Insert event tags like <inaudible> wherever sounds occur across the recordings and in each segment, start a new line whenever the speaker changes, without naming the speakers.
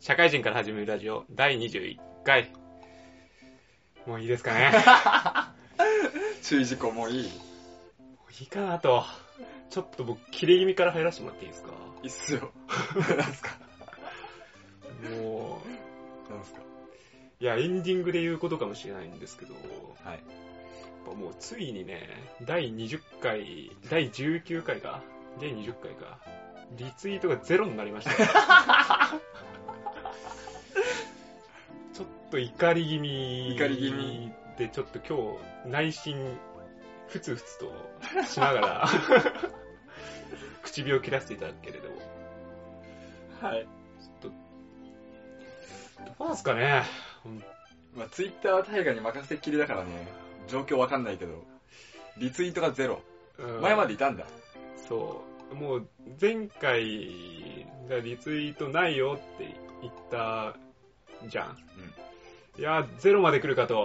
社会人から始めるラジオ第21回もういいですかね
注意事項もうい
もう
い
いいかなとちょっと僕切れ気味から入らせてもらっていいですか
いいっすよなんすか
も
なんすか
ういやエンディングで言うことかもしれないんですけどや
はい
っぱもうついにね第20回第19回か第20回かリツイートがゼロになり
<laughs>
ましたちょっと怒り気味
怒り気味
でちょっと今日内心ふつふつとしなが
<laughs>
ら唇を切らせていただくけれども
はい
どうなんすかね
まあツイッターは大河に任せっきりだからね状況わかんないけどリツイートがゼロ
うん
前までいたんだ
そう。もう、前回、じゃあリツイートないよって言ったじゃん。いや、ゼロまで来るか <laughs> と。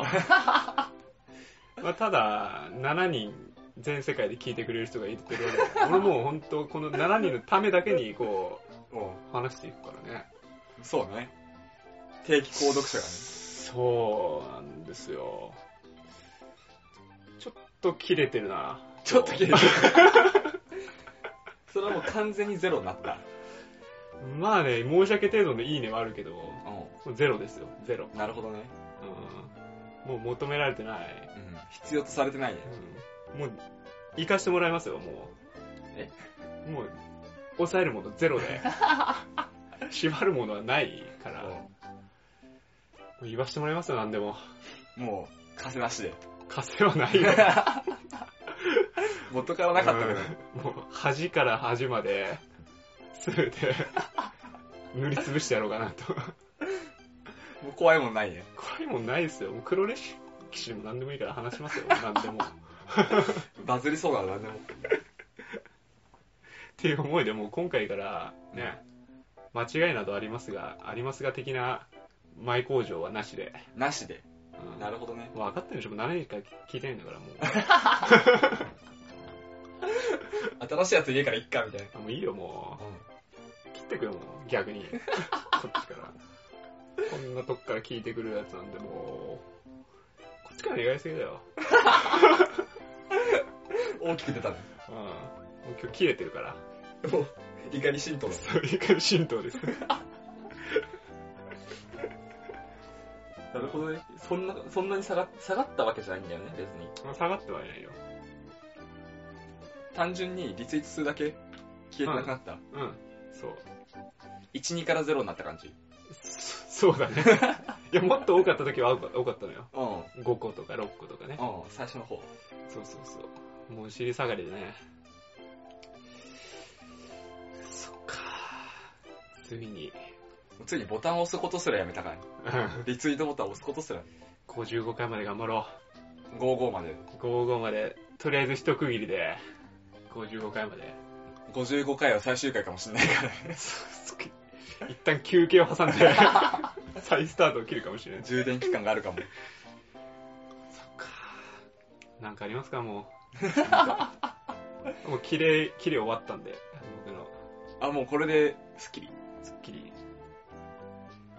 まあ、ただ、7人、全世界で聞いてくれる人がいてるわけだから。俺もう本当、この7人のためだけに、こ
おう
う、話していくからね。
そうね定期購読者がね
そうなんですよ。ちょっと切れてるな。
<laughs> ちょっと切れた <laughs> それはもう完全にゼロになった
まあね、申し訳程度のいいねはあるけど、も
う
うゼロですよ、ゼロ。
んなるほどね
うんもう求められてない。
うん必要とされてないね
うんもう、行かしてもらいますよ、もう。
え
もう、抑えるものゼロ <laughs> で。縛るものはないから、もう言わしてもらいますよ、なんでも。
うんもう貸せなしで
稼はないよ。 <laughs>
元からなかったけど
うんもう、端から端まで、すべて、塗りつぶしてやろうかなと。
もう怖いもんないね
怖いもんないですよ。もう黒歴史でも何でもいいから話しますよ、何でも。
バズりそうだなでも
っていう思いでもう今回からね、間違いなどありますがありますが的な前工場はなしで、
なしで
うん
なるほどね
もう分かってるでしょもう7人から聞いてないんだからも
<laughs>
う
新しいやつ家からいっかみたい
あもういいよも
な
う切ってくよもう逆
<laughs>
にこっちからこんなとこから聞いてくるやつなんでもうこっちから意外すぎだよ、
大きく出たね
うん、もう今日切れてる
<laughs>
から
もう怒り浸透だ
そういう感じ浸透です
なるほどねそんなそんなに下が下がったわけじゃないんだよね別に
まあ下がってはいないよ
単純にリツイート数だけ消えてなくなった、
うん
<laughs>
そう
12から0になった感じ
そそうだねいやもっと多かった時は多か多かったのよ
うんうん
5個とか6個とかね
最初の方
そうそうそう。もう尻下がりでね。そっか。ついに。
ついにボタンを押すことすらやめたから
うん
リツイートボタンを押すことすら
55回まで頑張ろ
55まで
う。55まで、とりあえず一区切りで、55回まで。
55回は最終回かもしんないからね
一旦休憩を挟んで、再スタートを切るかもしれない。
充電期間があるかも
そっか。なんかありますか、もう。もう、綺麗、綺麗終わったんで、僕の、
あもうこれですっきり
すっきり、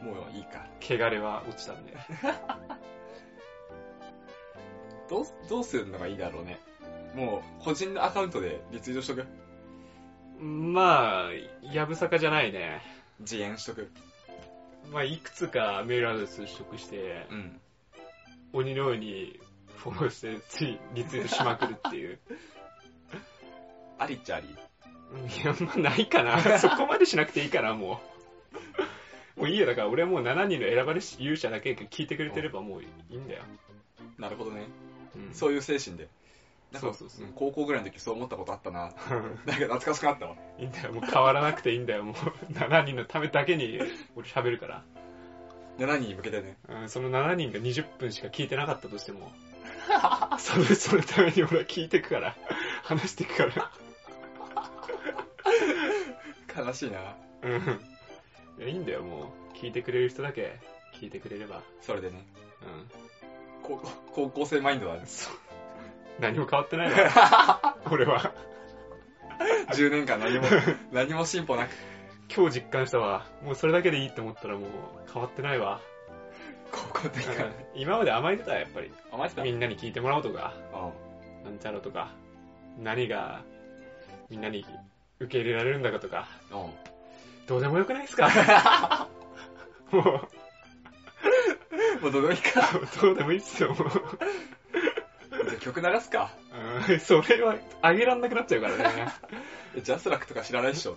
もういいか
汚れは落ちたんで。
どうどうするのがいいだろうねもう個人のアカウントでリツイートしとく
まあ、やぶさかじゃないね。
自演しとく
まあ、いくつかメールアドレス取得して、
うん
鬼のようにフォローして、ついリツイートしまくるって <laughs> いう。
ありっちゃあり
うんいや、まあ、ないか <laughs> な。そこまでしなくていいかな、もう。もういいよ、だから俺はもう7人の選ばれし勇者だけ聞いてくれてればもういいんだよ。
なるほどね
うん
そういう精神でなん
そう
か
そうそうん
高校ぐらいの時そう思ったことあった <laughs> ななんか懐かしくなったわ
いいんだよ、もう変わらなくていいんだよ、もう。7人のためだけに俺喋るから。
7人に向けてね
うんその7人が20分しか聞いてなかったとして <laughs> も、それ、そのために俺は聞いてくから、話してくから。
悲しいな
うん。いや、いいんだよ、もう。聞いてくれる人だけ、聞いてくれれば。
それでね
うん。
高校高校生マインド <laughs> だね
何も変わってないわ。俺は。
10年間何も何も進歩なく
今日実感したわ。もうそれだけでいいって思ったらもう変わってないわ。
ここでいかない。
今まで甘えてた、やっぱり。
あ、マジだ。う
みんなに聞いてもらおうとか、
ん。
なんちゃらとか、何がみんなに受け入れられるんだかとか、
うん。
どうでもよくないですかもう、
もうどうでもいいか。
どうでもいいっすよ、もう。
じゃあ曲流すか。
うんそれは、あげらんなくなっちゃうからね。
えジャスラックとか知らないでしょ。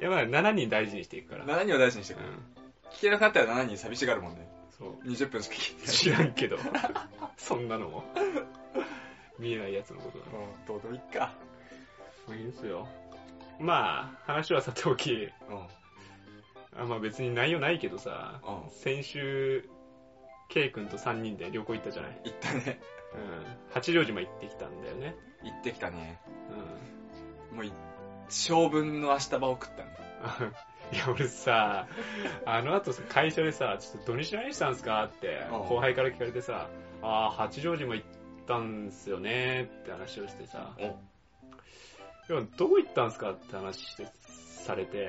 いや、まあ、7人大事にしていくから。
7人を大事にして
う
くる。
ん。
聞けなくなったら7人寂しがるもんね。
そう。
20分しか聞いて
知らんけど。 <laughs> そんなのも。見えないやつのことだ
ない。 <laughs> うん、どうでもいいか。
もういいですよ。まあ、話はさておき、
うん。
あまあ別に内容ないけどさ、
うん。
先週、K 君と3人で旅行行ったじゃない。
行ったね。
うん。八丈島行ってきたんだよね。
行ってきたね。
うん。
もうい、性分の明日場を食ったね。
あ <laughs> いや、俺さ、あの後さ会社でさ、ちょっと土日何したんすかって、
うん
後輩から聞かれてさ、ああ、八丈島行ったんすよねって話をしてさ、
お
いや、どこ行ったんすかって話して、されて、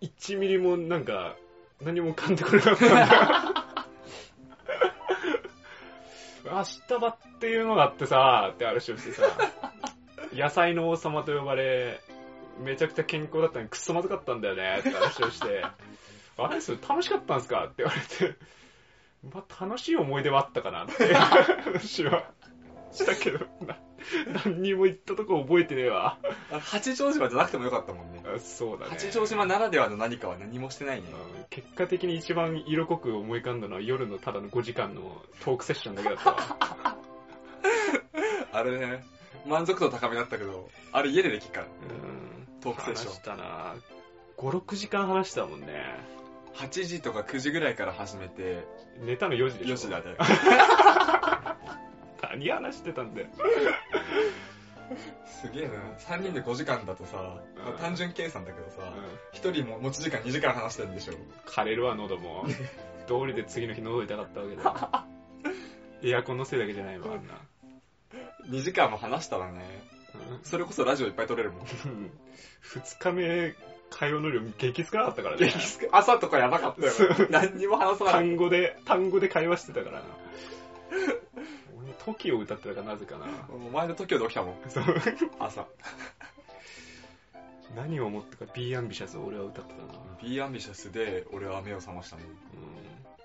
う
1ミリもなんか、何も噛んでこなかったんだ。
<laughs>
明日場っていうのがあってさ、って話をしてさ、野菜の王様と呼ばれ、めちゃくちゃ健康だったのにクソまずかったんだよね、って話をして、あれそれ楽しかったんすかって言われて、まあ楽しい思い出はあったかなって話はしたけど、な何にも言ったとこ覚えてねえわ。
ん。あ八丈島じゃなくてもよかったもんね。
あそうだね。
八丈島ならではの何かは何もしてないね。
うん結果的に一番色濃く思い浮かんだのは夜のただの5時間のトークセッションだけだ <laughs> ったわ
<laughs> あれね、満足度高めだったけど、あれ家でできっか
う
ら。
ん
トークセッション
話したな56時間話したもんね
8時とか9時ぐらいから始めて、
寝たの4時でしょ
4時 <laughs> だね。
何話してたんだよ
すげえな。3人で5時間だとさ、
うん
単純計算だけど
う
さ、
ん
1人も持ち時間2時間話してるんでしょ。
枯れるわ喉 <laughs> も道理で次の日喉痛かったわけだ <laughs> よエアコンのせいだけじゃないわあんな
2時間も話したらね、それこそラジオいっ <laughs> ぱい撮れるもん。
2日目会話の量激少なかったからね
朝とかやばかったよ
そ。
何にも話さない。
単語で単語で会話してたからな <laughs> 俺も TOKIO 歌ってたからなぜかな
<laughs> お前の TOKIO で起きたもん。
そう
朝。
何を思ったか B アンビシャスを俺は歌ってたな、
B アンビシャスで俺は目を覚ましたもん。
う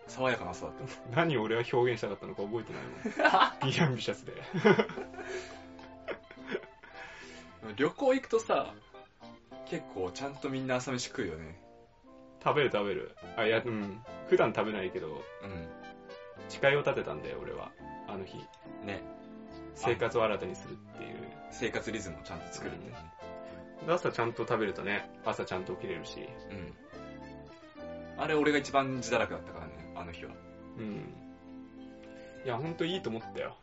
爽やかな朝だった。
ん、何を俺は表現したかったのか覚えてないもん B アンビシャスで
旅行行くとさ、結構ちゃんとみんな朝飯食うよね。
食べる食べるあいやうん普段食べないけど
う
誓いを立てたんだよ俺はあの日
ん。ね。
生活を新たにするっていう
生活リズムをちゃんと作るみたいなね。
朝ちゃんと食べるとね朝ちゃんと起きれるし
うん。あれ俺が一番自堕落だったからね、あの日は。
うんいやほんといいと思ったよ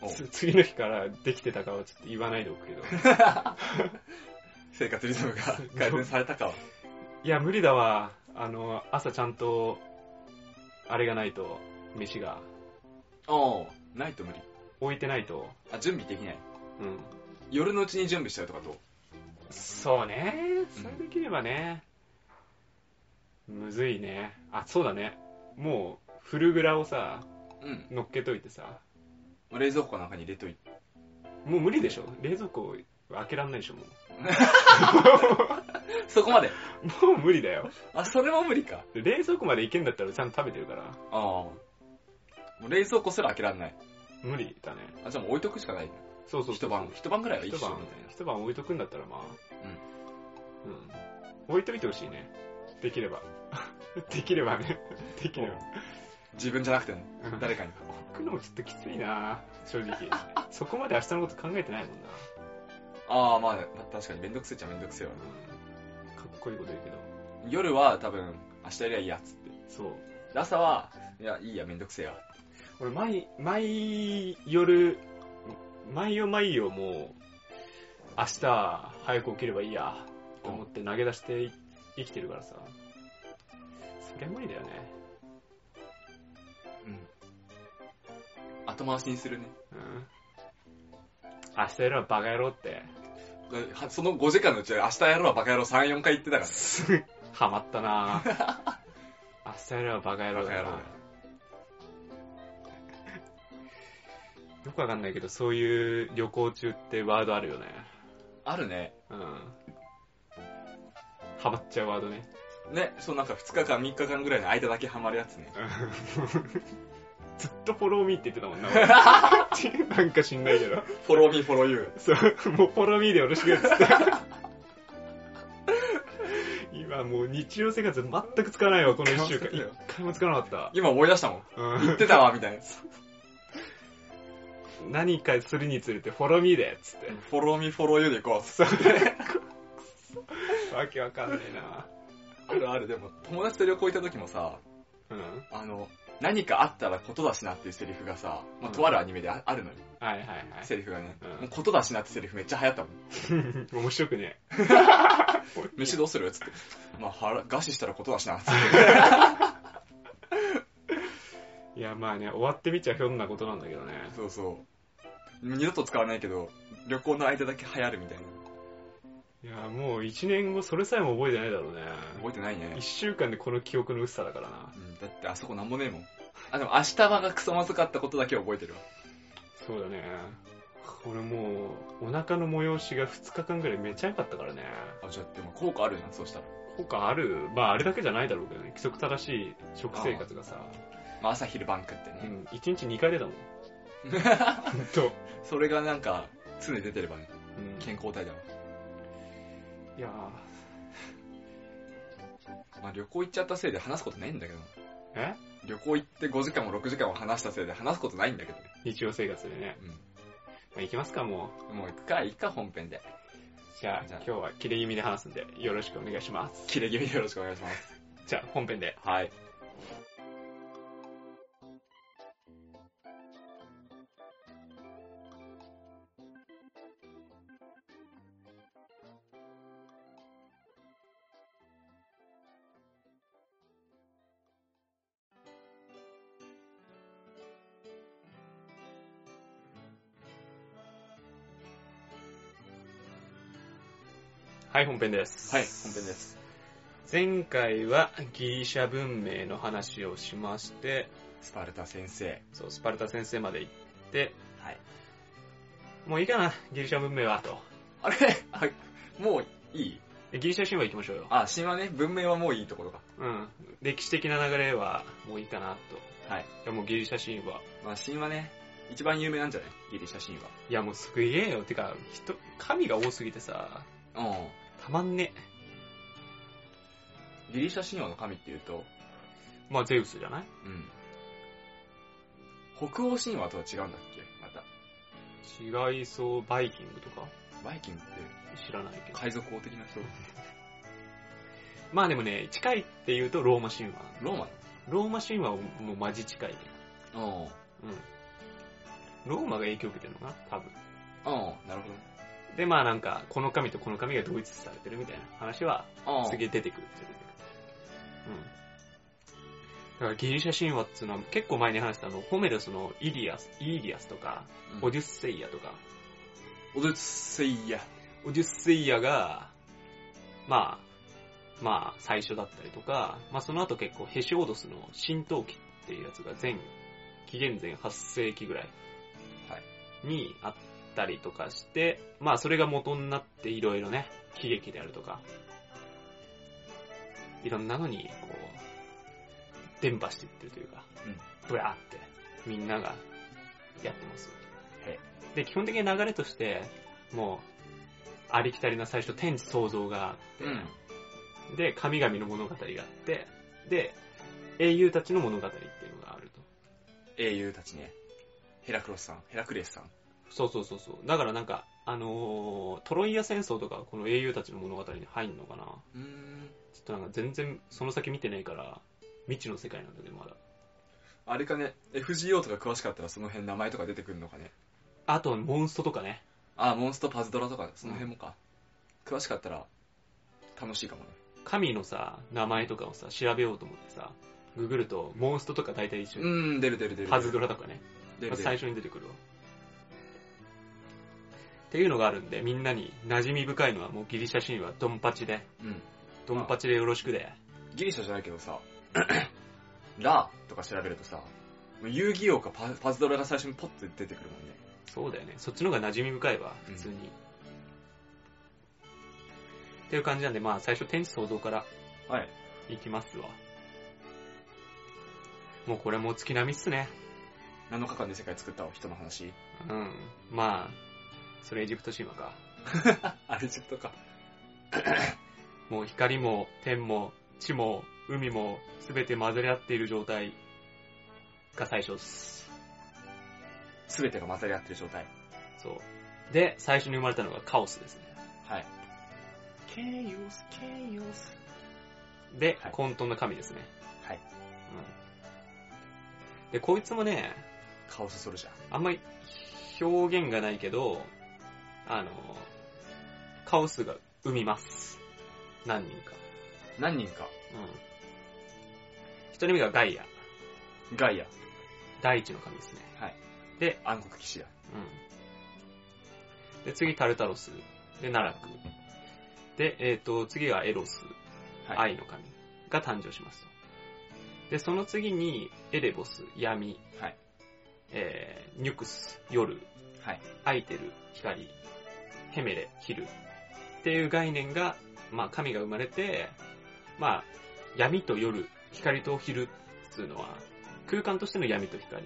お
つ次の日からできてたかはちょっと言わないでおくけど
生活リズムが改善されたかは。
いや無理だわあの朝ちゃんとあれがないと飯が
<laughs> おうないと無理。
置いてないと、
あ、準備できない。
うん、
夜のうちに準備しちゃうとかどう
そうねそれできればね、むずいねあそうだねもうフルグラをさ
うん。
乗っけといてさ
冷蔵庫の中に入れといて。
もう無理でしょ冷蔵庫開けらんないでしょも
そこまで。
うもう無理だよ
あ、それも無理か。
冷蔵庫まで行けんだったらちゃんと食べてるから
ああ。もう冷蔵庫すら開けられない。
無理だね
あ、じゃあもう置いとくしかない。
そうそうそう
一晩。一晩ぐらいは一
一
緒
晩
みたいな。
一晩置いとくんだったらまあうん、置いといてほしいねできれば <laughs> できればねできれば
自分じゃなくてね、
うん
誰かに。
行くのもちょっときついな正直そこまで明日のこと考えてないもんな
ああ、まあ、確かにめんどくせえっちゃめんどくせえわ。
うんかっこいいこと言うけど
夜は多分、明日やりゃいいや、つって。
そう
で朝は、いや、いいや、めんどくせえや。
俺毎毎夜毎夜毎夜もう明日早く起きればいいやと思って投げ出してい生きてるからさそりゃ無理だよね
うん。後回しにするね。
うん明日やればバカ野郎って
はその5時間のうち明日やろうはバカ野郎3、4回言ってたから、ね、
<laughs> ハマったなぁ。明日やればバカ野郎
バカ
だ
野
な
郎だよ。
よくわかんないけど、そういう旅行中ってワードあるよね。
あるね。
うん。ハマっちゃうワードね。
ね、そうなんか2日間3日間ぐらいの間だけハマるやつね。
ずっとフォローミーって言ってたもんな。俺 <laughs> なんか知んないけど。
フォローミーフォローユ
そう、もうフォローミーでよろしくっつって。今もう日常生活全くつかないわ、この一週間。
いや
一回もつかなかっ
今思い出したもん。
た。う
言ってたわ、みたいな。
ん。何かするにつれて、フォローミーでっつって。
フォローミーフォローユーで行こ
<laughs>
う。
わけわかんねえな。
あるある、でも友達と旅行行った時もさ、
うん。
あの、何かあったらことだしなっていうセリフがさ、まあ、とあるアニメでああるのよ、
はいはいは
セリフがね。
うん
もうことだしなってセリフめっちゃ流行ったもん。
い。面白くね
飯どうするつって。まあ、腹、餓死したらことだしな。つって
いや、まあね、終わってみちゃひょんなことなんだけどね。
そうそう。二度と使わないけど、旅行の間だけ流行るみたいな。
いや、もう一年後、それさえも覚えてないだろうね。
覚えてないね
一。週間でこの記憶の薄さだからな。
うん、だってあそこなんもねえもん。あ、でも明日はがクソまずかったことだけ覚えてるわ。
そうだね。俺もう、お腹の催しが2日間ぐらいめちゃ良かったからね。
あ、じゃあでも効果あるじゃん、そうしたら。
効果ある、まああれだけじゃないだろうけどね。規則正しい食生活がさ、
まあ、朝昼晩食って
う
ね。
ん、1日2回出たもん。ほんと。
それがなんか、常に出てればね、
うん
健康体だわ。
いや
まあ、旅行行っちゃったせいで話すことないんだけど。
ーえ
旅行行って5時間も6時間も話したせいで話すことないんだけど。
日常生活でね。まあ、行きますか、もう。
うん。もう行くか、行くか、本編で。
じゃあ、
じゃあ
今日は切れ気味で話すんで、よろしくお願いします。
切れ気味でよろしくお願いします。
じゃあ、本編で。
はい。
はい、本編です。
はい、本編です。
前回はギリシャ文明の話をしまして、
スパルタ先生。
そう、スパルタ先生まで行って、
はい。
もういいかな、ギリシャ文明は、と。
あれ <laughs> あもういい
でギリシャ神話行きましょうよ。
あ、神話ね、文明はもういいところか。
うん。歴史的な流れはもういいかな、と。
はい。
いや、もうギリシャ神話。
まあ、神話ね、一番有名なんじゃないギリシャ神
いや、もうすげえよ。てか、人、神が多すぎてさ、
話。
たまんね。
うん。ギリシャ神話の神っていうと、
まあ、ゼウスじゃない
うん。北欧神話とは違うんだっけまた。
違いそう、バイキングとか
バイキングって
知らないけど。
海賊王的な人
まあでもね、近いって言うとローマ神話。
ローマ
ローマ神話ももうマジ近いね。
うん。うん。
うん。ローマが影響を受けてるのかな多分。
なる
で、まあなんか、この神とこの神が同一視されてるみたいな話は、
ほど。うん。
次出てくる。出てくる。うん。だからギリシャ神話っていうのは結構前に話したあの、ホメロスのイリアス、イーリアスとか、
うん
オデュッセイアとか、
おどついや。
オデュッセイアが、まあ、まあ最初だったりとか、まあその後結構ヘシオドスの神道期っていうやつが前、紀元前8世紀ぐらい
はい
にあったりとかして、まあそれが元になっていろいろね、喜劇であるとか、いろんなのにこう、伝播していってるというか、
うん
ブラーってみんながやってます
へ。
で、基本的な流れとして、もう、ありきたりな最初天地創造があって、
うん。
で、神々の物語があって、で、英雄たちの物語っていうのがあると。
英雄たちね。ヘラクロスさん、ヘラクレスさん。
そうそうそうそう。だからなんか、あのートロイア戦争とかはこの英雄たちの物語に入んのかな
うーん。
ちょっとなんか全然その先見てないから、未知の世界なんだけどまだ。
あれかね、FGO とか詳しかったらその辺名前とか出てくるのかね。
あとはモンストとかね。
あ、モンストパズドラとか、その辺もか。詳しかったら、楽しいかもね。
神のさ、名前とかをさ、調べようと思ってさ、ググるとモンストとか大体一緒
う
に、
ーん、出る出る出る。
パズドラとかね。
出
まあ
る出
最
る。
初に出てくるわ。っていうのがあるんで、みんなに馴染み深いのはもうギリシャ神話ドンパチで、
うん。
ドンパチでよろしくで。
ギリシャじゃないけどさ、 <clears throat> ラとか調べるとさ、遊戯王かパパズドラが最初にポッて出てくるもんね。
そうだよね。そっちの方が馴染み深いわ、普通に。っていう感じなんで、まあ最初天地創造から
はい。
いきますわ。もうこれもう月並みっすね。
7日間で世界作った人の話。
うん。まあ、それエジプト神話か。
あれちょっとか。
もう光も天も地も海も全て混ぜ合っている状態が最初です。
すべてが混ざり合ってる状態。
そう。で、最初に生まれたのがカオスですね。
はい。ケイオス、ケイオス。
で、
はい
混沌の神ですね。
はい
うん。で、こいつもね、
カオスソルジャー。
あんまり表現がないけど、あの、カオスが生みます。何人か。
何人か。
うん。一人目がガイア。
ガイア。
第一の神ですね。
はい。
で、
暗黒騎士だ。
うん。で、次タルタロス。で、ナラク。で、えっ、と、次がエロス。
はい。
愛の神が誕生しますと。で、その次に、エレボス、闇、
はい
えー、ニュクス、夜、
はい。
アイテル、光、ヘメレ、昼っていう概念が、まあ、神が生まれて、まあ、闇と夜、光と昼っていうのは、空間としての闇と光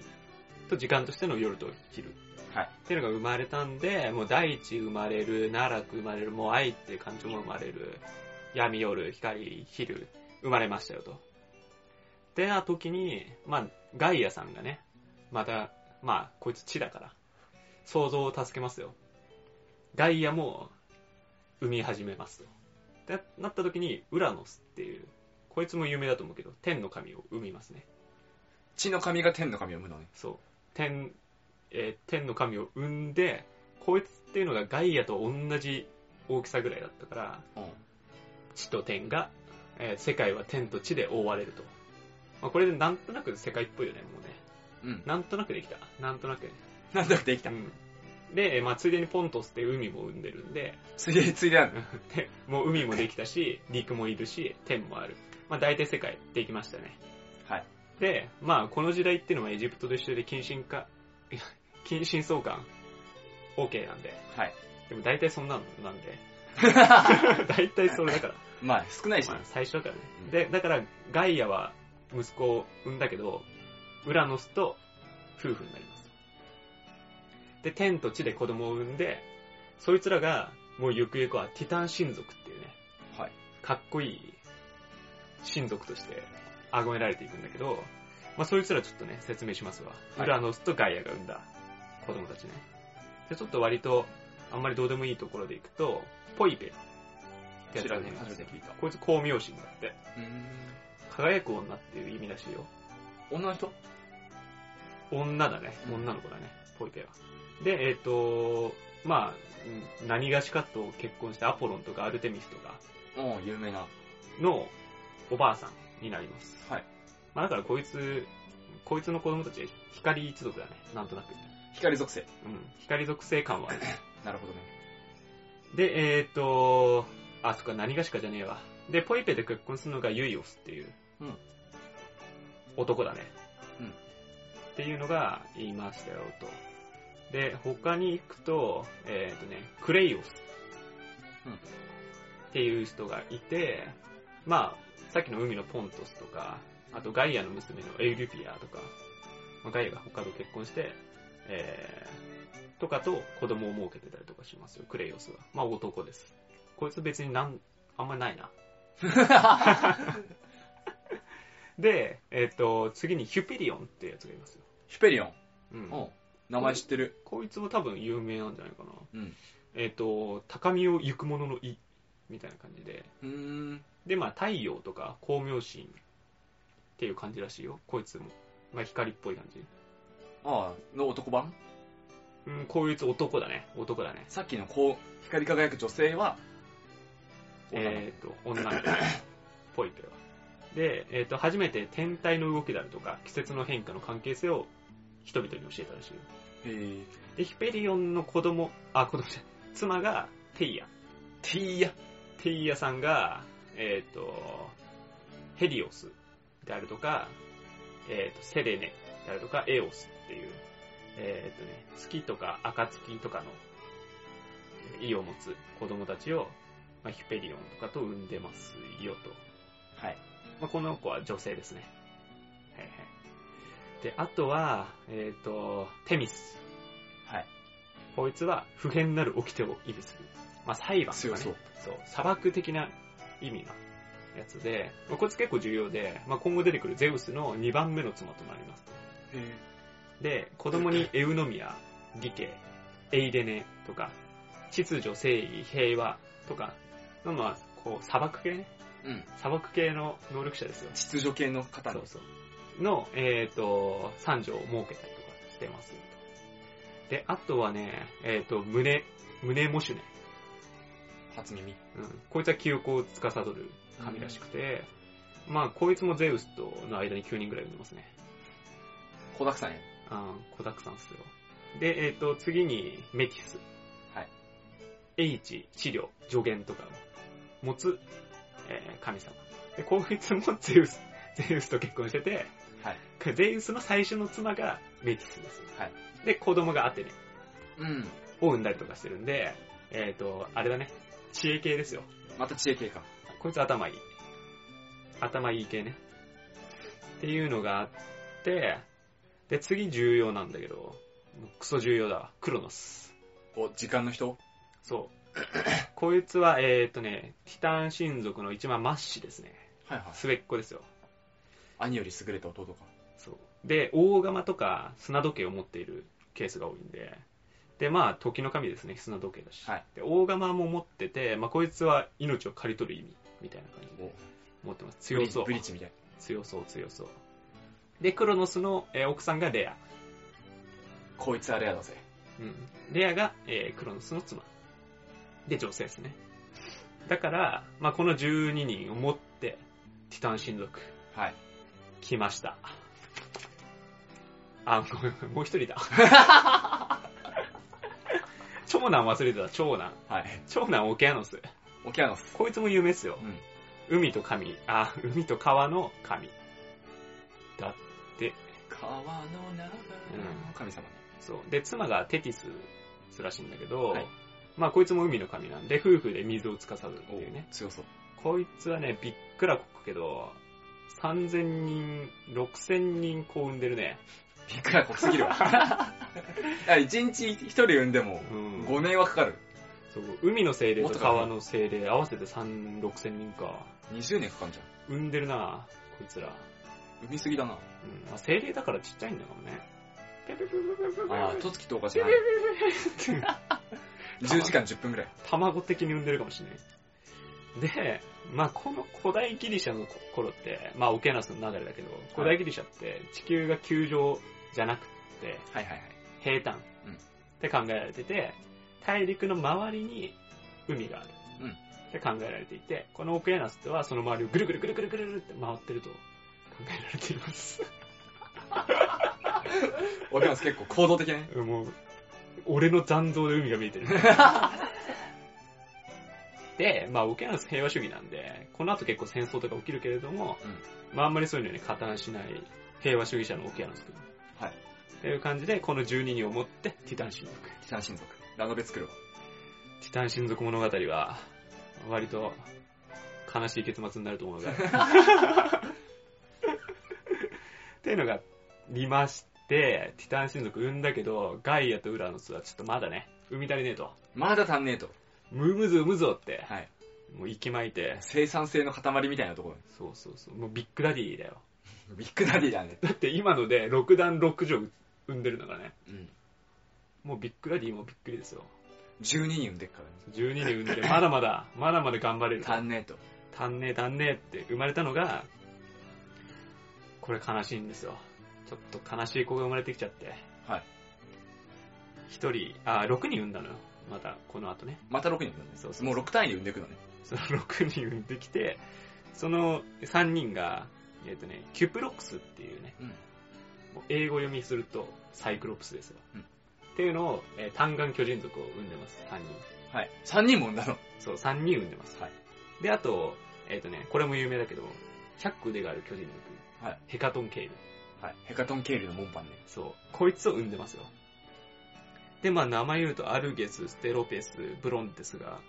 と時間としての夜と昼
はい。
っていうのが生まれたんで、もう大地生まれる、奈落生まれる、もう愛っていう感情も生まれる、闇夜、光、昼、生まれましたよと。で、な時に、まあ、ガイアさんがね、また、まあ、こいつ地だから、想像を助けますよ。ガイアも、生み始めますと。で、なった時に、ウラノスっていう、こいつも有名だと思うけど、天の神を生みますね。
血の神が天の神を生むのね。
そう。天、えー天の神を生んで、こいつっていうのがガイアと同じ大きさぐらいだったから、
うん。
地と天が、えー世界は天と地で覆われると。まあ、これでなんとなく世界っぽいよね、もうね。
うん。
なんとなくできた。なんとなくね。
なんとなくできた
う。ん。で、まあ、ついでにポントスっていう海も生んでるんで、
ついで、ついである。
で <laughs> もう海もできたし、陸もいるし、天もある。まあ、大体世界できましたね。
はい。
で、まあ、この時代っていうのはエジプトと一緒で近親化、いや <laughs> 近親相関 OK なんで。
はい。
でも大体そんなのなん
<laughs>
で。大体それだから。
まあ、少ないし
まあ、最初だからね
う。ん
で、だからガイアは息子を産んだけど、ウラノスと夫婦になります。で、天と地で子供を産んで、そいつらがもうゆくゆくはティタン神族っていうね、
はい。
かっこいい親族としてあごめられていくんだけど、まあ、そいつらちょっとね、説明しますわ。
はい
ウラノスとガイアが生んだ子供たちね。で、ちょっと割と、あんまりどうでもいいところでいくと、ポイペってやつ
知
が
ら
い
ねえ、
ま
初
す
めて聞いた。
こいつ光明神だって。
うー
輝く女っていう意味らしいよ。
ん。女の人
女だね。
うん
女の子だね。ポイペは。で、えっ、と、まあ、うん何がしかと結婚してアポロンとかアルテミスとか
うん、有名な。
のおばあさんになります。
はい。
まあだからこいつ、こいつの子供たちは光一族だね、なんとなく。
光属性。
うん、光属性感はある。
なるほどね。
で、えーっと、あ、そっか、何がしかじゃねえわ。で、ポイペで結婚するのがユイオスっていう、
うん
男だね。
うん
っていうのが言いましたよと。で、他に行くと、えーっとね、クレイオス。
うん
っていう人がいて、まあ、さっきの海のポントスとか、あとガイアの娘のエウリュピアとか、まあガイアが他と結婚して、えー、とかと子供を設けてたりとかしますよ、クレイオスは。まあ男です。こいつ別になん、あんま
<laughs>
ないな。で、えっ、と、次にヒュペリオンっていうやつがいますよ。
ヒュペリオン。
うん。
うん。名前知ってる。
こいつも多分有名なんじゃないかな。
うん
えっ、と、高みを行く者の意、みたいな感じで。
うーん。
で、まあ太陽とか光明神っていう感じらしいよ、こいつも。まあ光っぽい感じ。
ああ、の男版
うん、こいつ男だね。男だね。
さっきのこう、光り輝く女性は、女の子
えっ、と、女の子。ポイペは。で、えっ、と、初めて天体の動きであるとか、季節の変化の関係性を人々に教えたらしいよ。
へえ。
で、ヒペリオンの子供、あ、子供じゃない、妻がテイヤ。
ティーヤ。
テイヤさんが、えっ、と、ヘリオスであるとか、えっ、と、セレネであるとか、エオスっていう、えっ、とね、月とか暁とかの意を持つ子供たちを、まあ、ヒュペリオンとかと産んでますよと。
はい。
まあ、この子は女性ですね。はいはい。で、あとは、えっ、と、テミス。
はい。
こいつは不変なる掟を意味する。まあ、裁判と
強
か
そ
ね
う。。
そう、砂漠的な意味のやつで、まあ、こいつ結構重要で、まあ、今後出てくるゼウスの2番目の妻となります。
へ
で、子供 <laughs> にエウノミア、義家、エイデネとか、秩序、正義、平和とか、まあまあ、こう、砂漠系ね。
え。うん。
砂漠系の能力者ですよ。
秩序系の方
そ
の
う。そう。の、えっ、と、三条を設けたりとかしてます。で、あとはね、えっ、と、胸、胸モシュネ。
初耳。
うん。こいつは記憶を司る神らしくて、まあ、こいつもゼウスとの間に9人ぐらい産んでますね。
小沢さんや。
あー子だくさんっすよ。で、えっ、と、次に、メティス。
はい。
H、治療、助言とかを持つ、えー神様。で、こいつもゼウス、 <laughs> ゼウスと結婚してて、
はい。
ゼウスの最初の妻がメティスです。
はい。
で、子供がアテネ
うん。
を産んだりとかしてるんで、えっ、と、あれだね、知恵系ですよ。
また知恵系か。
こいつ頭いい。頭いい系ね。っていうのがあって、で、次重要なんだけど、もうクソ重要だわ。クロノス。
お、時間の人 <coughs>
そう。こいつは、えーっとね、ティタン親族の一番末子ですね。
はいはい。
末っ子ですよ。
兄より優れた弟か。
そう。で、大釜とか砂時計を持っているケースが多いんで、で、まあ、時の神ですね、砂時計だし。
はい
で、大釜も持ってて、まあ、こいつは命を刈り取る意味、みたいな感じ
お
で持ってます。強そう。
ブリッジみたい。
強そう強そうでクロノスの、えー奥さんがレア、
こいつあれやだぜ。
うん、レアが、えークロノスの妻で女性ですねだから、まあ、この12人を持ってティタン親族
はい。
来ましたあごめんごめんもう一人だ長男忘れてた長男
はい。
長男オケアノス
オキアノス。
こいつも有名っすよ
うん。
海と神あ海と川の神だって
川の流れの神様ね。
そう。で、妻がテティススらしいんだけど、
はい
まあこいつも海の神なんで、夫婦で水を司るって
お
いうね。
強そう。
こいつはね、びっくらこくけど、3000人、6000人こう産んでるね。
びっくらこすぎるわ。 <laughs> いや一日一人産んでも、
うん。
5年はかかる。
そう、海の精霊
もっ
と
とか
川の精霊合わせて3、6000人か。
20年かかんじゃん。
産んでるな、こいつら。
産みすぎだな。
うん。まあ精霊だからちっちゃいんだかもね。ペペペペペペペ
ああ、とつきとおかじ <laughs> ゃない。10時間10分ぐらい。
卵的に産んでるかもしれない。で、まあこの古代ギリシャの頃って、まあオケアナスの流れだけど、古代ギリシャって地球が球状じゃなくて
はいはいはい。
平坦っ
うん
て考えられてて、大陸の周りに海がある
うん
って考えられていて、このオケアナスではその周りをぐるぐるぐるぐるぐるぐるって回ってると考えられています。
オキアノス結構行動的ね。
もう、俺の残像で海が見えてる。 <laughs> で、まあ、オケアナス平和主義なんで、この後結構戦争とか起きるけれども、まあ、あんまりそういうのに加担しない平和主義者のオケアナス君。
はい。
っていう感じで、この12人をもって、ティタン親族。
ティタン親族。ラノベ作るわ。
ティタン親族物語は、割と、悲しい結末になると
<laughs>
思うが。っていうのが、見まして、ティタン親族産んだけど、ガイアとウラノスはちょっとまだね、産み足りねえと。
まだ足んねえと。
むむぞむぞって、
はい。
もう息巻いて、
生産性の塊みたいなところ。
そうそうそう、もうビッグダディだよ。
ビッグダディだね。
だって今ので6段6畳産んでるのがね、
うん。
もうビッグダディもびっくりですよ。
12人産んでっからね。
12人産んで、まだまだ、まだまだ頑張れる。
足んねえと。
足んねえ足んねえって生まれたのが、これ悲しいんですよ。ちょっと悲しい子が生まれてきちゃって。
はい。
一人、あ、6人産んだのよ。また、この後ね。
また6人産んで
そうそう
もう6単位で産んでいくのね。
その6人産んできて、その3人が、えっ、とね、キュプロックスっていうね、
うん
もう英語読みするとサイクロプスですよ。
うん
っていうのを、えー単眼巨人族を産んでます、3人。
はい。3人も産んだの。
そう、3人産んでます。
はい
で、あと、えっ、とね、これも有名だけど、100個腕がある巨人の肉。
はい
ヘカトンケイル。
はい。ヘカトン経理の門番ね。
そう。こいつを産んでますよ。で、まあ名前言うと、アルゲス、ステロペス、ブロンテスが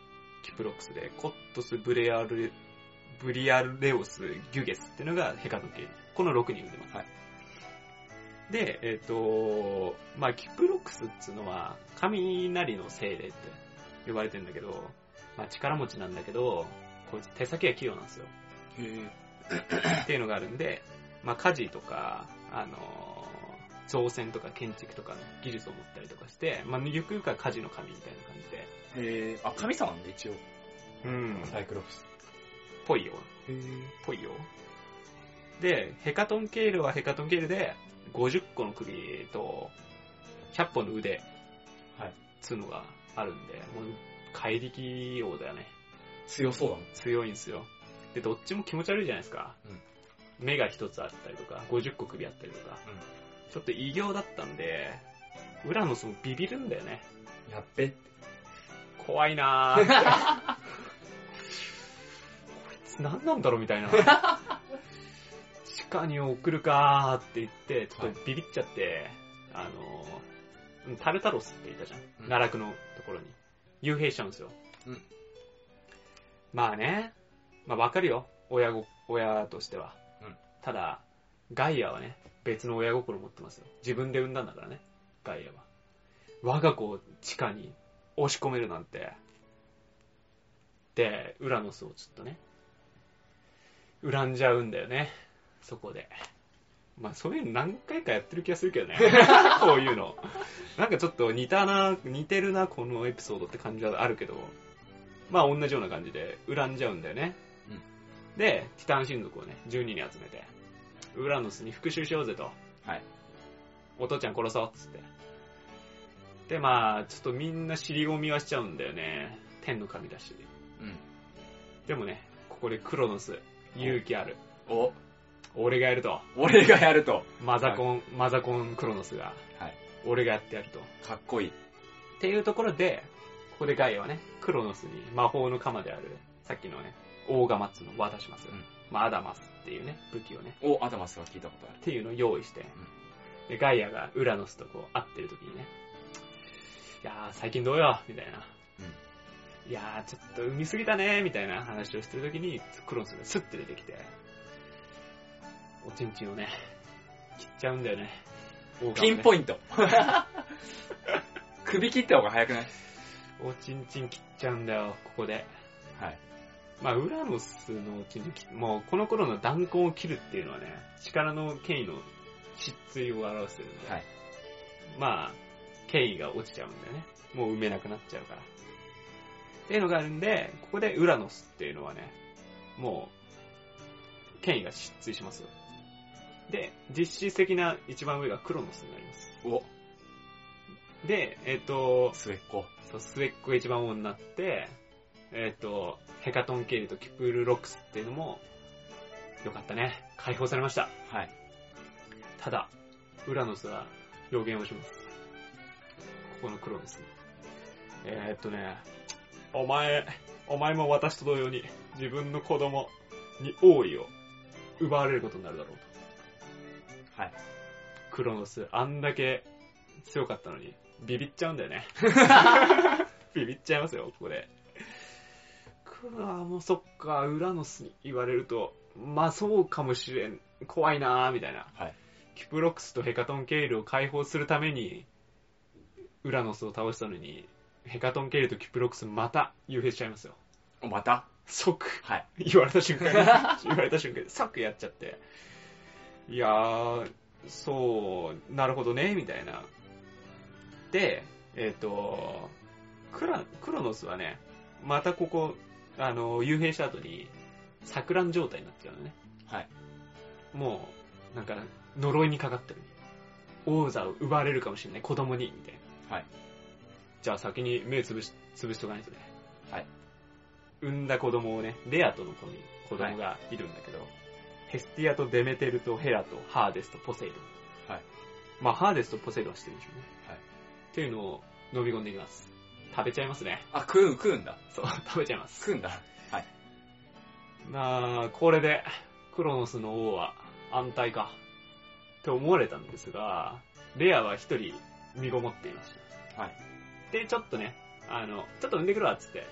キプロックスで、コットス、ブレアル、ブリアレオス、ギュゲスっていうのがヘカトンケイル。この6人産んでます。
はい
で、えっ、と、まあキプロックスっていうのは、雷の精霊って呼ばれてんだけど、まあ力持ちなんだけど、こいつ手先が器用なんですよ。
へぇ。
っていうのがあるんで、まあ、家事とか、あのー造船とか建築とかの技術を持ったりとかして、まあ、ゆくゆくは家事の神みたいな感じで、
へぇ。あ、神様なんだ、一応。
うん、っ
サイクロプス。
ぽいよ、
へぇ。
ぽいよ。で、ヘカトンケールはヘカトンケールで、50個の首と、100本の腕、
はい
つうのがあるんで、もう、怪力王だよね。
強そうだもん。
強いんですよ。で、どっちも気持ち悪いじゃないですか。目が一つあったりとか、50個首あったりとか。ちょっと異形だったんで、裏のそのビビるんだよね。
やっべ。
怖いなぁ。こいつ何なんだろうみたいな。地下に送るかーって言って、ちょっとビビっちゃって、あのー、タルタロスっていたじゃん。
うん
奈落のところに。幽閉しちゃうんですよ。
うん
まあね、まあわかるよ。親ご、親としては。
うん
ただ、ガイアはね、別の親心持ってますよ。自分で産んだんだからね、ガイアは。我が子を地下に押し込めるなんて。で、ウラノスをちょっとね、恨んじゃうんだよね。そこで。まあそういうの何回かやってる気がするけ
<laughs>
どね。こういうの。なんかちょっと似たな、似てるな、このエピソードって感じはあるけど、まあ同じような感じで恨んじゃうんだよね。
うん
で、ティタン親族をね、12人集めて、ウラノスに復讐しようぜと。
はい
お父ちゃん殺そうっつって。で、まあ、ちょっとみんな尻込みはしちゃうんだよね。天の神だし。
うん。
でもね、ここでクロノス、勇気ある。
お、
俺がやると。
俺がやると。
マザコン、マザコンクロノスが、
はい
俺がやってやると。っ
かっこいい。
ていうところで、ここでガイアはね、クロノスに魔法の鎌である、さっきのね、オーガマッツのを渡します。
うん
まあ、アダマスっていうね、武器をね、
お、アダマスが聞いたことある
っ。ていうのを用意して、でガイアがウラノスとこう会ってる時にね、いやー最近どうよみたいな。いやーちょっと産みすぎたねみたいな話をしてる時に、クロノスがスッて出てきて、おちんちんをね、切っちゃうんだよね。イ
ピン
ント
ポイン <laughs> ト。首切った方が早くない
おちんちん切っちゃうんだよ、ここで。
はい。
まあ、ウラノスのおちんちん切っもうこの頃の弾痕を切るっていうのはね、力の権威の失墜を表してるんで、
はい
まあ、権威が落ちちゃうんだよね。もう埋めなくなっちゃうから。っていうのがあるんで、ここでウラノスっていうのはね、もう、権威が失墜しますよ。で、実質的な一番上がクロノスになります。
お、
で、えっ、と、
末っ子。
そう、末っ子が一番王になって、えっ、と、ヘカトンケイルとキプールロックスっていうのも、よかったね。解放されました。
はい。
ただ、ウラノスは予言をします。ここのクロノスに。えーっとね、お前、お前も私と同様に自分の子供に王位を奪われることになるだろうと。
はい。
クロノス、あんだけ強かったのに、ビビっちゃうんだよね。ビビっちゃいますよ、ここで。クロノもうそっか、ウラノスに言われると、まあそうかもしれん。怖いなーみたいな。
はい
キプロックスとヘカトンケイルを解放するために、ウラノスを倒したのに、ヘカトンケイルとキプロックスまた幽閉しちゃいますよ。
お、また
即、
はい。
<laughs> 言われた瞬間に、言われた瞬間に、サックやっちゃって。いやー、そう、なるほどね、みたいな。で、えっ、と、クラ、クロノスはね、またここ、あの、幽閉した後に、錯乱状態になっちゃうのね。
はい。
もう、なんか、呪いにかかってる。王座を奪われるかもしれない、子供に、みたいな。
はい。
じゃあ先に目つぶし、つぶしとかないとね。
はい。
産んだ子供をね、レアとの子に、子供がいるんだけど、ヘスティアとデメテルとヘラとハーデスとポセイドン。
はい。
まあ、ハーデスとポセイドンはしてるでしょうね。
はい。
っていうのを飲み込んでいきます。食べちゃいますね。
あ、食う、食うんだ。
そう、 <laughs> 食べちゃいます。
食うんだ。
なあ、これで、クロノスの王は安泰か。って思われたんですが、レアは一人身ごもっていました。
はい。
で、ちょっとね、あの、ちょっと産んでくるわ、つって、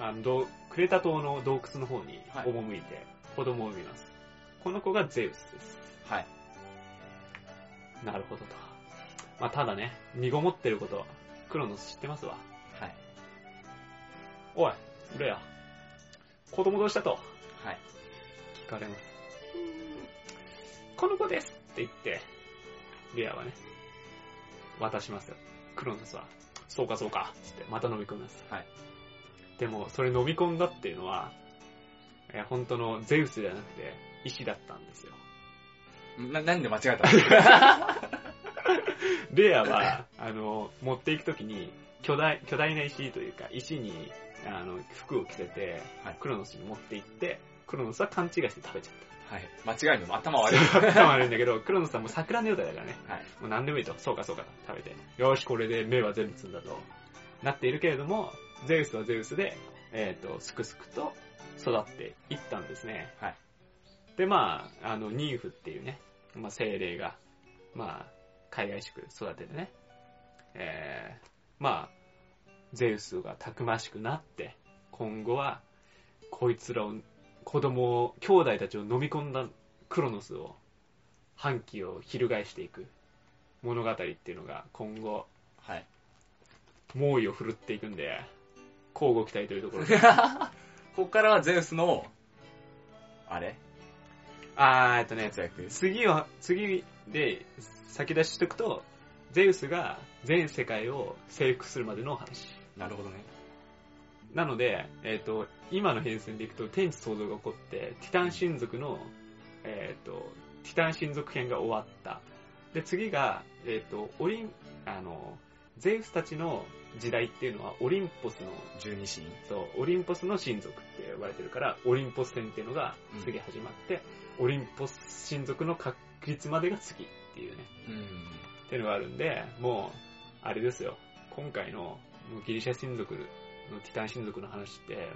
あの、どうクレタ島の洞窟の方に
はい
赴いて、子供を産みます。この子がゼウスです。
はい。
なるほどと。まあ、ただね、身ごもってること、クロノス知ってますわ。
はい。
おい、レア、子供どうしたと
はい。
聞かれます。この子ですって言って、レアはね、渡しますよ。クロノスは、そうかそうか、つってまた飲み込みます。
はい。
でも、それ飲み込んだっていうのは、えー本当のゼウスじゃなくて、石だったんですよ。
な、なんで間違えたの
レアは、
<laughs>
あの、持っていくときに、巨大、巨大な石というか、石に、あの、服を着せて、
はい
クロノスに持って行って、クロノスは勘違いして食べ
<laughs>
ちゃった。
はい。間違えるのも頭悪い。 <laughs>
頭悪いんだけど、クロノスはもう桜のようだからね、
はい。
もう何でもいいと、そうかそうかと食べて、よーし、これで目は全部摘んだと、なっているけれども、ゼウスはゼウスで、えっ、と、すくすくと育っていったんですね。
はい。
で、まあ、あの、ニーフっていうね、まあ、精霊が、まあ、海外しく育ててね、えー、まあ、ゼウスがたくましくなって、今後は、こいつらを、子供を、兄弟たちを飲み込んだクロノスを、反旗を翻していく物語っていうのが今後、
はい。
猛威を振るっていくんで、交互期待というところで。
ここからはゼウスの、あれ
<laughs> あー、えっとね、
活躍
次は、次で先出ししとくと、ゼウスが全世界を征服するまでのお話。
なるほどね。
なので、えっ、と、今の変遷でいくと天地創造が起こって、ティタン神族の、えっ、と、ティタン神族編が終わった。で、次が、えっ、と、オリン、あの、ゼウスたちの時代っていうのは、オリンポスの
十二神
そう、オリンポスの親族って呼ばれてるから、オリンポス戦っていうのが次始まって、オリンポス親族の確立までが次っていうね、
うん。
っていうのがあるんで、もう、あれですよ、今回のもうギリシャ親族のティタン親族の話って、もう、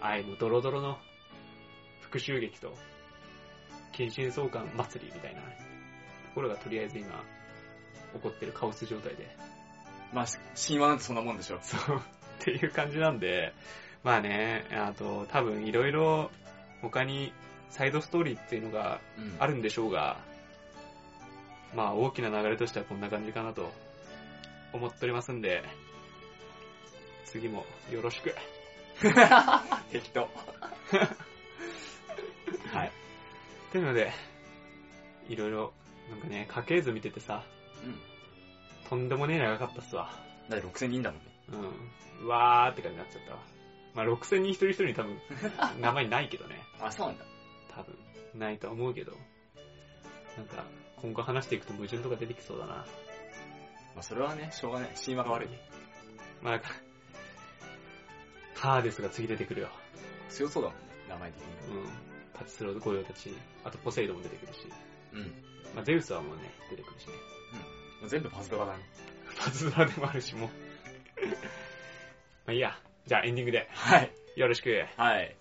愛のドロドロの復讐劇と、近親相関祭りみたいなところがとりあえず今、起こってるカオス状態で、
まあ、し神話なんてそんなもんでしょ。
そう、 <laughs> っていう感じなんで、まあね、あと多分いろいろ他にサイドストーリーっていうのが
うん
あるんでしょうが、まあ大きな流れとしてはこんな感じかなと思っておりますんで、次もよろしく。
適 <laughs> 当。はい。
というので、いろいろ、なんかね、家系図見ててさ、
うん。
とんでもねえ長かったっすわ。
だって6000人だもんね。
うん。うわーって感じになっちゃったわ。まあ6000人一人一人に多分、名前ないけどね。
あ、そうなんだ。
多分ないと思うけどなんか今後話していくと矛盾とか出てきそうだな
まあ、それはね、しょうがない。神話が悪い。
まあなんかハーデスが次出てくるよ
強そうだもんね、名前的に。
うんパチスロ御用たちあとポセイドも出てくるし、
うん。
まあ、ゼウスはもうね出てくるしね <laughs>
もう全部パズドラだね。
パズドラでもあるしもう <laughs> まあいいやじゃあエンディングで
はい。
よろしく
はい。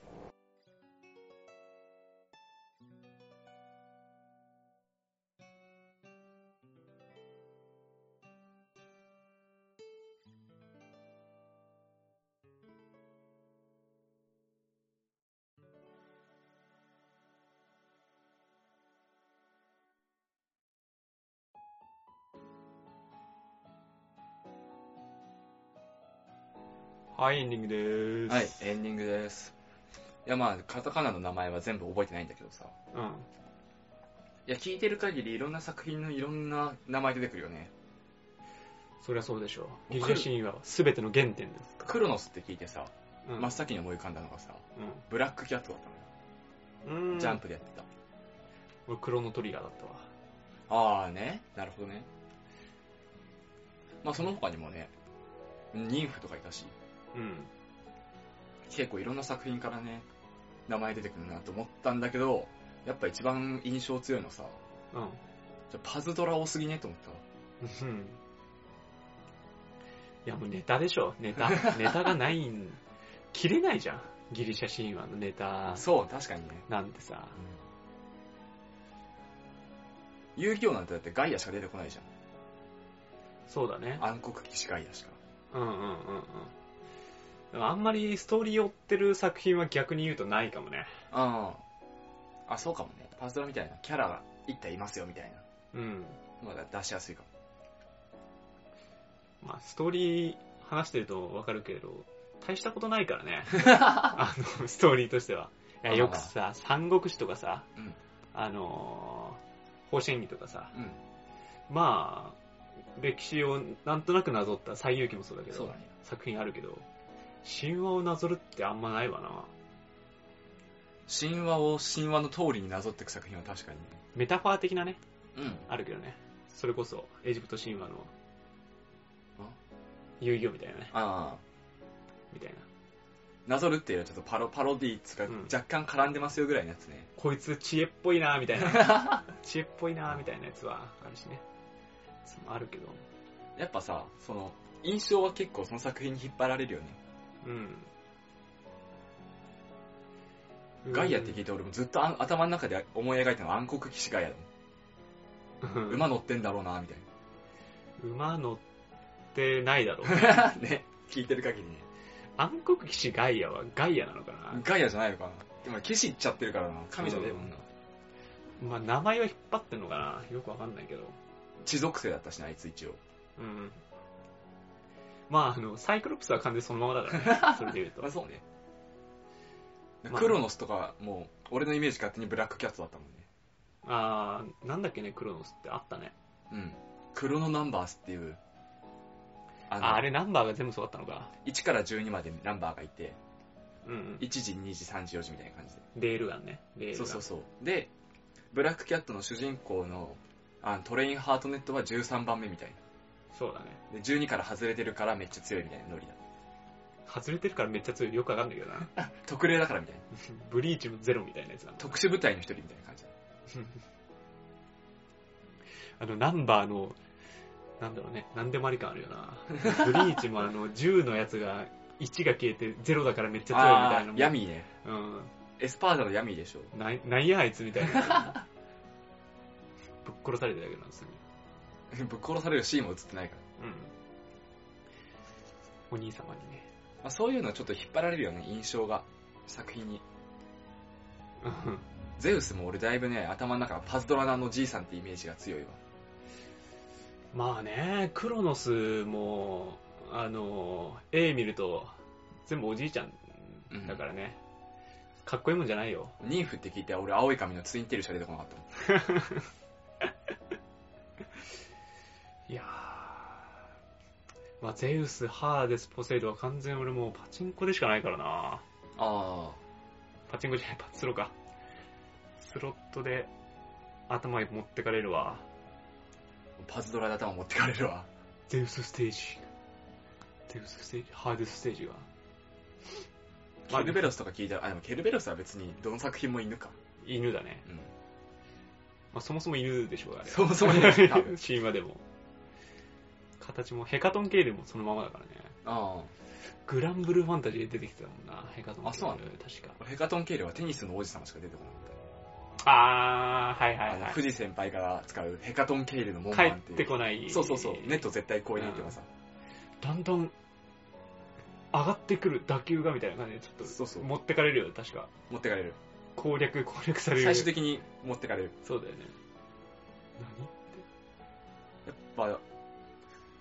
はいエンディングでーす
はい、エンディングです。いや、まあ、カタカナの名前は全部覚えてないんだけどさ。
うん
いや、聞いてる限りいろんな作品のいろんな名前出てくるよね。
そりゃそうでしょうギ
わ
リ
か
シ
る
ャ神話は全ての原点です
クロノスって聞いてさ、
うん
真っ先に思い浮かんだのがさ、ブラックキャットだったのよ。
うんうん
ジャンプでやってた。
俺クロノトリガーだったわ
あーね、なるほどね。まあ、その他にもね、ニンフとかいたし、
うん
結構いろんな作品からね、名前出てくるなと思ったんだけど、やっぱ一番印象強いのさ、
うん
ちょパズドラ多すぎねと思ったわ。
うんいやもうネタでしょ、ネ
<laughs>
タ。ネタがないん、切れないじゃん。ギリシャ神話のネタ
そう、確かにね。
なんてさ。
遊戯王なんてだってガイアしか出てこないじ
そうだね
ゃん。。暗黒騎士ガイアしか。
うんうんうんうん。でもあんまりストーリー追ってる作品は逆に言うとないかもね。
ああ。あ、そうかもね。パズドラみたいな。キャラが一体いますよ、みたい
うん。
な。まだ出しやすいかも。
まあ、ストーリー話してるとわかるけれど、大したことないから
<laughs>
ね。あの、ストーリーとしては。いや、よくさ、三国志とかさ、
うん
あのー、方針儀とかさ、
うん。
まあ、歴史をなんとなくなぞった、西遊記もそうだけ
そう
ど
だ、ね。
作品あるけど、神話をなぞるってあんまないわな。
神話を神話の通りになぞっていく作品は確かにね。
メタファー的なね、
うん。
あるけどね。それこそ、エジプト神話の
あ、
遊戯王みたいなね、
ああ。
みたいな。
なぞるっていうよりはちょっとパロパロディーっつうか、
うん
若干絡んでますよぐらいのやつね。
こいつ知恵っぽいなみたいな。
<laughs>
知恵っぽいなみたいなやつはあるしね。つもあるけど。
やっぱさ、その、印象は結構その作品に引っ張られるよね。
うん。
ガイアって聞いて俺もずっとあん頭の中で思い描いたのは暗黒騎士ガイアだもん、
馬
馬乗ってんだろうな、みたい
馬乗ってないだろう。
な。 <laughs> ね。聞いてる限りね。
暗黒騎士ガイアはガイアなのかな、
ガイアじゃないのかな。でも騎士行っちゃってるからな。神じゃねえもんな。
まあ名前は引っ張ってんのかなよくわかんないけど。
地属性だったしな、あいつ一応。
うん。まああの、サイクロプスは完全にそのままだ
<laughs>
からね。それで言うと
まあ。そうね。
まあ
クロノスとか、もう、俺のイメージ勝手にブラックキャットだったもんね。
あー、なんだっけね、クロノスってあったね。
うん。クロノナンバースっていう、あ
あ、あれナンバーが全部そうだったのか。
1から12までナンバーがいて、
うんうん。
1時、2時、3時、4時みたいな感じ
レールガンね。レー
で。
ル
そ
ガン。
うそうそう。で、ブラックキャットの主人公のあのトレインハートネットは13番目みたい
そうだね。
な。で、12から外れてるからめっちゃ強いみたいなノリだ。
外れてるからめっちゃ強い。よくわかんないけどな。 <laughs>
特例だからみたいな。
ブリーチもゼロみたいなやつなんだ。
特殊部隊の一人みたいな感じだ。
あの、ナンバーの、なんだろうね、なんでもあり感あるよな。ブリーチもあの、10のやつが、1が消えて0だからめっちゃ強いみたいなの
<laughs> あ
も
ー。ヤミーね。
う
エスパーダのヤミーでしょ。 <laughs>
ん。ない、ないやあいつみたい <laughs> な。ぶっ殺されただけなんですよね。
ぶっ殺されるシーンも映ってないから。
うん。お兄様にね。
まあ、そういうのはちょっと引っ張られるよね、印象が。作品に。
うん
ゼウスも俺だいぶね、頭の中はパズドラのじいさんってイメージが強いわ。
まあね、クロノスも、あの、絵見ると、全部おじいちゃんだからね。かっこいいもんじゃないよ。
ニンフって聞いて俺青い髪のツインテールしか出てこなかったもん。
いやー、まあ、ゼウス、ハーデス、ポセイドは完全に俺もうパチンコでしかないからな。
ああ。
パチンコじゃない、パチスロか。スロットで頭に持ってかれるわ。
パズドラで頭持ってかれるわ。
ゼウスステージ。ゼウスステージ、ハーデスステージが。
ケルベロスとか聞いたら、あ、でもケルベロスは別にどの作品も犬か。
犬だね。
うん。
まあ、そもそも犬でしょうが、あれ。
<laughs> そもそも犬
<laughs>
です多分
シーマでも。形もヘカトン系でもそのままだからね。
あ
グランブルーファンタジーで出てきてたもんな、ヘカトン系。
あそうなんだ
確か。
あ。ヘカトンケールはテニスの王子様しか出てこなかっ
あー、はい
た。
はいはい
あの、。富士先輩が使うヘカトンケールの門
帰
番
っ
っていう。
てこない。
そうそうそう。ネット絶対超えないっていうかさ。
だんだん、上がってくる打球がみたいな感じで、ちょっ
そうそ
と、
う。
持ってかれるよね、確か。
持ってかれる。
攻略、攻略される。
最終的に持ってかれる。
そうだよね。
やっぱ、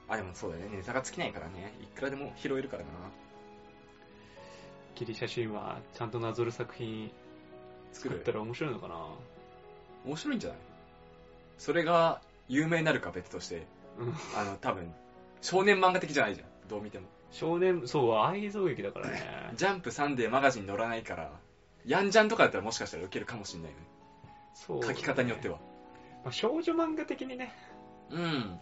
あ、でもそうだよね。ネタが尽きないからね。いくらでも拾えるからな。
何ギリシャ神話、ちゃんとなぞる作品
作
作っ
る
た。ら面白いのかな
面白いんじゃないそれが有名になるか別として
うん。
あの、多分、少年漫画的じゃないじゃん。どう見ても。
少年、そう、愛憎劇だからね。
<laughs> ジャンプサンデーマガジンに載らないから、ヤンジャンとかだったらもしかしたら受けるかもしんないよね。
そう、
書き方によって
は。
は。
まあ、少女漫画的にね、
うん。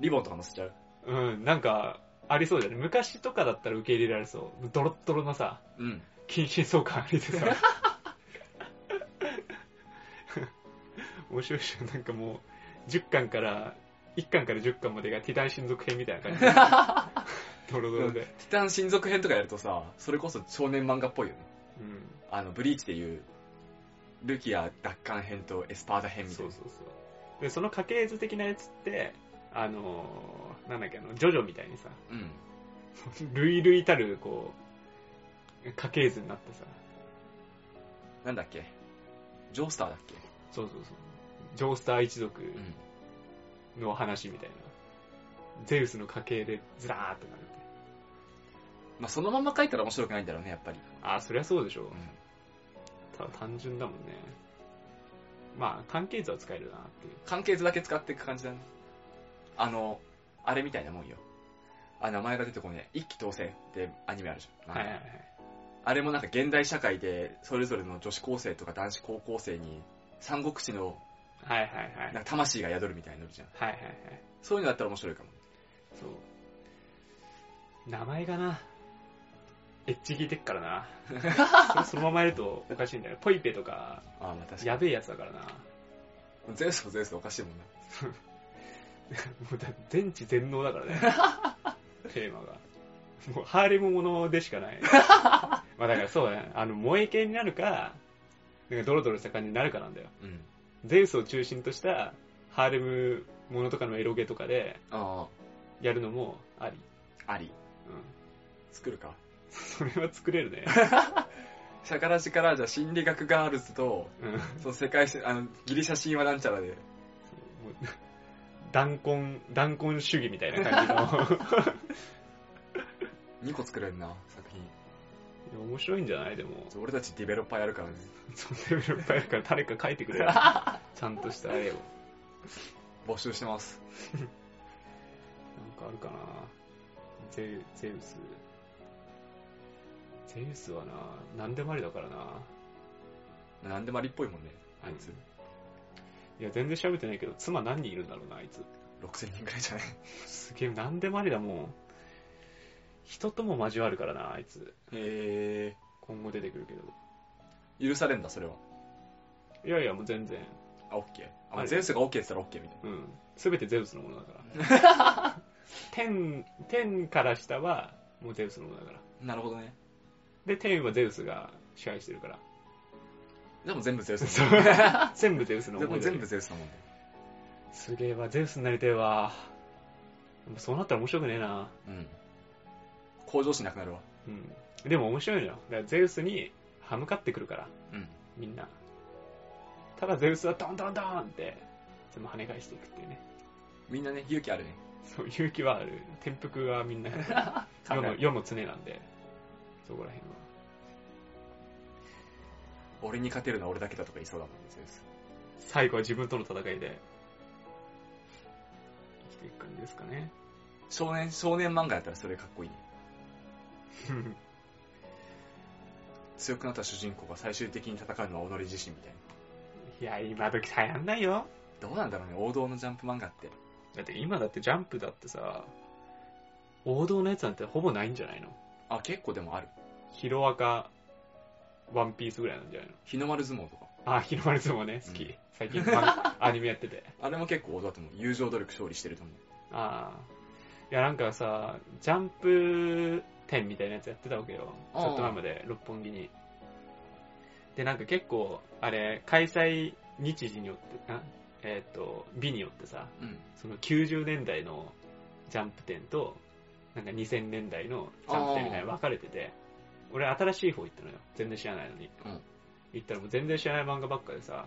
リボンとか載せちゃう。
うん、なんか、ありそうじゃない昔とかだったら受け入れられそう。ドロッドロのさ、
うん。
近親相関ありでさ
<laughs>
面白いっしょなんかもう10巻から1巻から10巻までがティタン親族編みたいな感じで
<laughs>
ドロドロで、
ティタン親族編とかやるとさ、それこそ少年漫画っぽいよね。
うん、
あの、ブリーチでいう、ルキア奪還編とエスパーダ編みた
そ
いうな。
そうそうでその家系図的なやつってあのーなんだっけあのジョジョみたいに <laughs> さ
うん。
類々たるこう家系図になってさ
なんだっけジョースターだっけ
そうそうそうジョースター一族
うん。
の話みたいな、ゼウスの家系でずらーってなるって
まあ、そのまま書いたら面白くないんだろうね、やっぱり。
ああそりゃそうでしょ
うん。
ただ単純だもんねまあ関係図は使えるなっていう
関係図だけ使っていく感じだね。あの、あれみたいなもんよ。あ、名前が出てこねえ。一期当選ってアニメあるじゃん。
はいはいはい
あれもなんか現代社会で、それぞれの女子高生とか男子高校生に、三国志の
はいはいはい
なんか魂が宿るみたいになるじゃん。
はいはいはい
そういうのだったら面白いかも。
そう名前がなエッチ聞いてっからなそれそのままやるとおかしいんだよポイペとか
ああ、まあ確か
やべえやつだからな
に。ゼウスもゼウスでおかしいもんな。
もうだ全知全能だからねテーマがもうハーレムものでしかないまあだからそうだねあの萌え系になるかなんかドロドロした感じになるかなんだよ
うん。
ゼウスを中心としたハーレムものとかのエロゲとかで
あ
やるのもあり、
あ、あり。
うん、
作るか。
それは作れるね、
シャカラジから、じゃあ心理学ガールズと、
うん、も
その世界史、あの、ギリシャ神話なんちゃらで、
う断根断根主義みたいな感じのい
2個作れるな、作品。
や面白いんじゃないでも
そう俺たちディベロッパーやるからね。
そんなレベルいっぱいあるから <laughs> 誰か書いてくれよちゃんとした絵を
募集してます。
なんかあるかなゼウゼウス。ゼウスはな、何でもありだからな。
なんでもありっぽいもんね、あいつ。
いや、全然調べてないけど、妻何人いるんだろうな、あいつ。
6000人くらいじゃない
すげえ、何でもありだもん。人とも交わるからな、あいつ。
<laughs> へ
今後出てくるけど。
ー。許されんだ、それは。
いやいや、もう全然。
あ、オッケー。あ、ま
あ
あ、
れ
ゼウスがオッケーって言ったらオッケーみたい
うん。すべてゼウスのものだから。
<laughs>
天、天から下は、もうゼウスのものだから。
な。なるほどね。
で、天はゼウスが支配してるから。
でも全部ゼウス
そ
の
う
も <laughs> ん。
全部ゼウスの
で
も
も
のだよ
全部ゼウスのもんだよ。
すげえわ、ゼウスになりてえわ。でもそうなったら面白くねえな。
うん。向上心なくなるわ。
うん。でも面白いのよ。だからゼウスに歯向かってくるから、
うん。
みんな。ただゼウスはドンドンドンって、その跳ね返していくっていうね。
みんなね、勇気あるね。
そう、勇気はある。転覆はみんな、
<laughs>
世の、世の常なんで。そこら辺は。
俺に勝てるのは俺だけだとか言いそうだもんね、ゼウス。
最後は自分との戦いで、生きていく感じですかね。 <laughs>
少年、少年漫画やったらそれかっこいいね。強くなった主人公が最終的に戦うのは己自身みたい
いや、今時流行んないよ。
な。どうなんだろうね、王道のジャンプ漫画って。
だって今だってジャンプだってさ、王道のやつなんてほぼないんじゃないの
あ、結構でもある。
ヒロアカ、ワンピースぐらいなんじゃないの
日の丸相撲とか。
あ、ヒロマルズもね、好き。
うん
最近漫アニメや <laughs> ってて。
あれも結構王道だと思う。友情努力勝利してると思う。
ああ。いや、なんかさ、ジャンプ展みたいなやつやってたわけよ。ち
ああ
ょっと前まで、六本木に。で、なんか結構、あれ、開催日時によって、あえーっ、と、日によってさ、
うん。
その90年代のジャンプ展と、なんか2000年代のジャンプ展みたいに分かれてて、俺新しい方行ったのよ。全然知らないのに。
うん
行ったらもう全然知らない漫画ばっかでさ、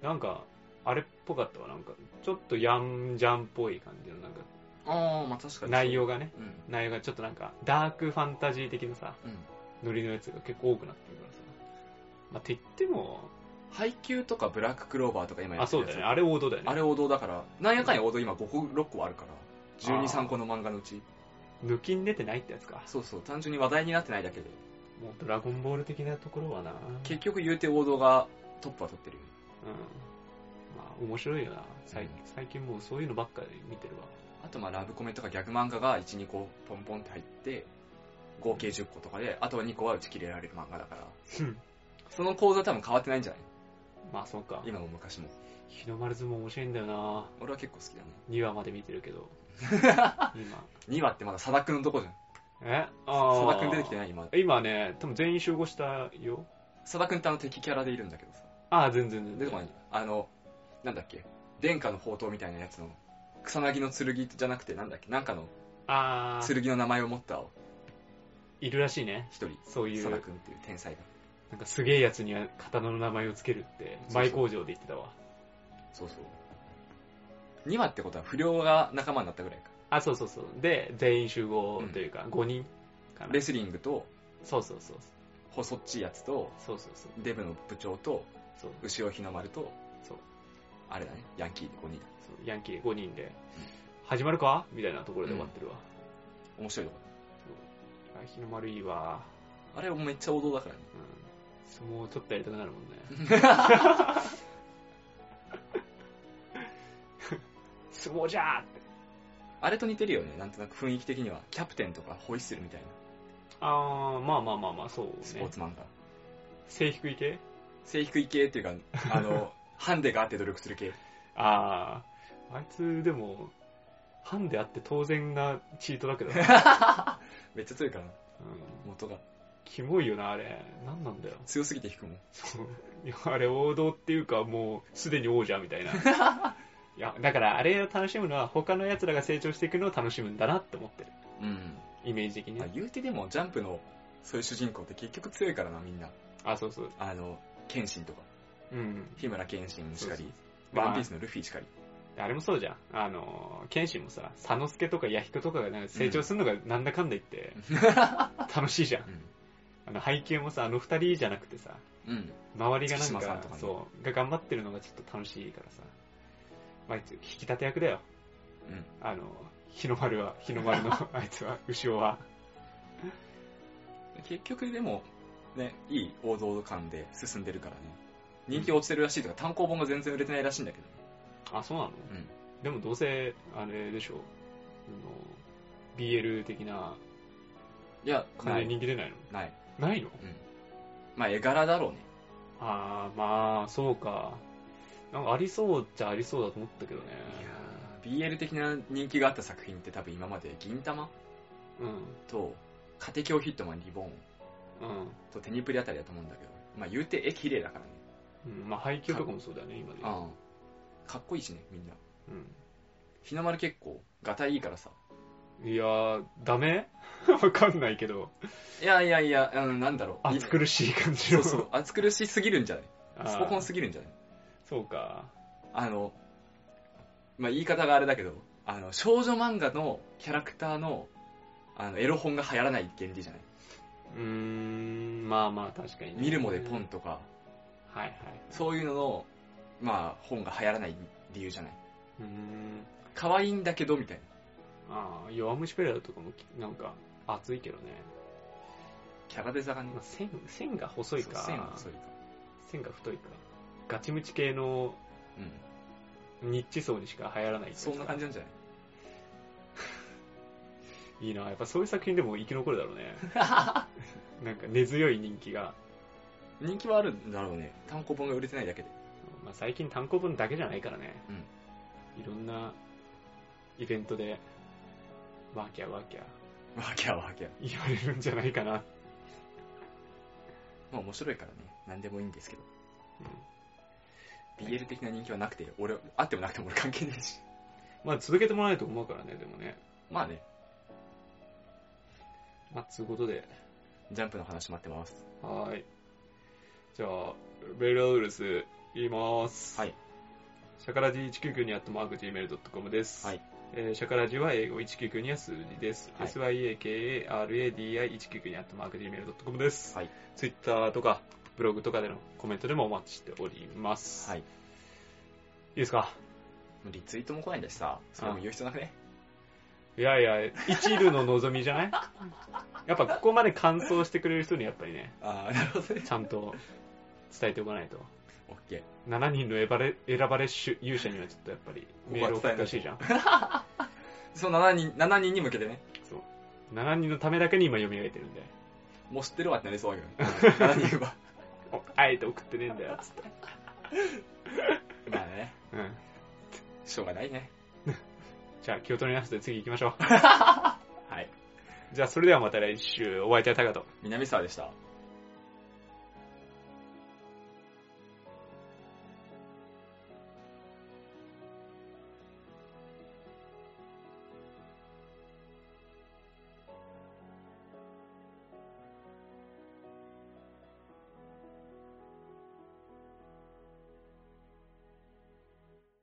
なんか、あれっぽかったわ。なんか、ちょっとヤンジャンっぽい感じの、なんか、
ああ、まあ確かに。
内。容がね、
うん。
内容がちょっとなんか、ダークファンタジー的なさ、
うん。
ノリのやつが結構多くなってるからさ。まあ、って言っても、
配給とかブラッククローバーとか今や
あ、
ってる
そう
やつ
だよね。あれ王道だよね。
あれ王道だから、なんやかんや王道今5個、6個あるから。
あー
12、3個の漫画のうち。
抜きん出てないってやつか。
そうそう、単純に話題になってないだけで。
もうドラゴンボール的なところはな。
結局言うて王道がトップは取ってるよね。
うん。まあ、面白いよな。最近、最近もうそういうのばっかり見てるわ。
あとまあラブコメとかギャグ漫画が1、2個ポンポンって入って、合計10個とかで、あと2個は打ち切れられる漫画だから。その構造は多分変わってないんじゃない
まあそうか。
今も昔も。
日の丸相撲面白いんだよな
俺は結構好きだね。
2話まで見てるけ
<laughs>
ど。今。
2話ってまだ佐田くんのとこじゃん。
え
佐
あ
田くん出てきて
ない
ない今。
今ね、多分全員集合したよ。
佐田くんってあの敵キャラでいるんだけどさ。
ああ、全然全
出て
然
こない。あの、なんだっけ。殿下の宝刀みたいなやつの、草薙の剣じゃなくて、なんだっけ。なんかの
ああ、
剣の名前を持った
いるらしいね。
一人。
そういう、
佐
な
田
ん
くんっていう天才が。
かすげえやつには刀の名前をつけるって
そう、そう
前工場で言ってたわ。
そうそう。2話ってことは不良が仲間になったぐらいか。
あ、そうそうそう。で、全員集合というか、5人かな
レ。スリングと、
そうそうそう。
細っちいやつと、
そうそうそう。
デブの部長と、
そう
牛尾日の丸と、
そう
あれだね、ヤンキーで5人だ。
そうヤンキー5人で、始まるかみたいなところで終わってるわ。
面白いとこ
あ日の丸いいわ。
あれもめっちゃ王道だからね。
うん。相撲ちょっとやりたくなるもんね。相撲じゃーって。
あれと似てるよね、なんとなく雰囲気的には。キャプテンとかホイッスルみたいな、
<laughs> あー、まあまあまあまあ、そう
スポー
ね。
ツ漫画。
性低い系
性低い系っていうか、あ <laughs> の、ハンデがあって努力する系。
あー、あいつでも、ハンであって当然なチートだ <laughs> けどな、うん。
めっちゃ強いからな、元が。
キモいよな、あれ。なんなんだよ。
強すぎて引くもん。
いや、あれ王道っていうか、もう、すでに王者みたいな。いや、だからあれを楽しむのは、他の奴らが成長していくのを楽しむんだなって思ってる。
うん。
イメージ的に
まあ、。言うてでも、ジャンプの、そういう主人公って結局強いからな、みんな。
あ、そうそう。
あの、剣心とか、
うん。
日村剣心しか
そう
り、
まあ
ワンピースのルフィしかり。
あれもそうじゃん。あの、剣心もさ、佐之助とか弥彦とかがなんか成長するのがなんだかんだ言って、楽しいじゃん。あの、背景もさ、あの二人じゃなくてさ、
うん。うん。
周りがなん
月島
か、
さんとかね
そう、が頑張ってるのがちょっと楽しいからさ。まあ、あいつ、引き立て役だよ。
うん。
あの、日の丸は、日の丸のあいつは、牛尾は。
結局でも、ね、いい王道感で進んでるからね。人気落ちてるらしいとか、単行本が全然売れてないらしいんだけど。
あ、そうなの
うん。
でもどうせ、あれでしょ。あの、BL 的ない
や、な
感じ
い。
で人気出ないの
ない。
ないの
うん。まあ、絵柄だろうね。
あー、まあ、そうか。なんかありそうじゃありそうだと思ったけどね。
いやー BL 的な人気があった作品って多分今まで、銀玉
う
と、家庭教ヒットマンリボーン
ん、うん。
とテニプリあたりだと思うんだけど、まあ言うて絵綺麗だからね。
うん、まあ、配給とかもそうだよね、今で。
ああ。かっこいいしね、みんな。
う
日の丸結構、ガタイいいからさ。
ん。いやー、ダメ <laughs> わかんないけど、
いやいやいや、うん、なんだろう。
暑苦しい感じ
そ
の。
うそう。暑苦しすぎるんじゃない
あー
スポコンすぎるんじゃない
そうか。
あの、まあ、言い方があれだけど、あの、少女漫画のキャラクターの、あの、エロ本が流行らない原理じゃない、
うーん、まあまあ、確かにね。
見るもでポンとか、
はいはい。
そういうのの、まあ、本が流行らない理由じゃない。
うーん。
可愛いんだけど、みたいな。
ああ、弱虫ペラルとかもき、なんか、熱いけどね。
キャラデザがね
まあ、、線、線が細いか。
そう線が細いか。
線が太いか。ガチムチ系の
うん。
ニッチ層にしか流行らない。
そんな感じ
じ。
なんじゃない
いいな。やっぱそういう作品でも生き残るだろう
<laughs>
ね。なんか根強い人気が。
人気はあるんだろうね。単行本が売れてないだけで。 <laughs>
まあ、最近単行本だけじゃないからね。いろんなイベントで、ワーキャーワーキャー
わきゃわきゃ。
言われるんじゃないかな。
まあ面白いからね。何でもいいんですけど。BL 的な人気はなくて、俺、あってもなくても俺関係ねえし。
まあ続けてもらえないと思うからね、でもね。
まあね、
まあ、つうことで。
ジャンプの話待ってます。
はーい。じゃあ、メールアドレス言います。
はい。
シャカラジ199にあったマーク Gmail.com です。
はい。
えーシャカラジは英語199には数字です。
はい
syakaradi199 にあったマーク Gmail.com です。
はい。
ツイッターとか、ブログとかでのコメントでもお待ちしております。。
はいい。
いですか
リツイートも来ないんだしさ、それも言う必要なくね。
いやいや、一縷の望みじゃないやっぱここまで完走してくれる人にやっぱりね、
ああ、 <laughs> なるほどね。
ちゃんと伝えておかないと。
オッケ
7人の選ばれ選ばれし勇者にはちょっとやっぱりメールを送ってほしいじゃん。
ー。その7人、7人に向けてね、
そう。7人のためだけに今読み上げてるんで。 <laughs>
もう知ってるわってなりそうだけどね。7人は。 <laughs>
おあえて送ってねえんだよ、つって。
まあね、
うん。
しょうがないね。
じゃあ気を取り直して次行きましょ
はい。
う。じゃあそれではまた来週、お会いいたいタカと。
南沢でした。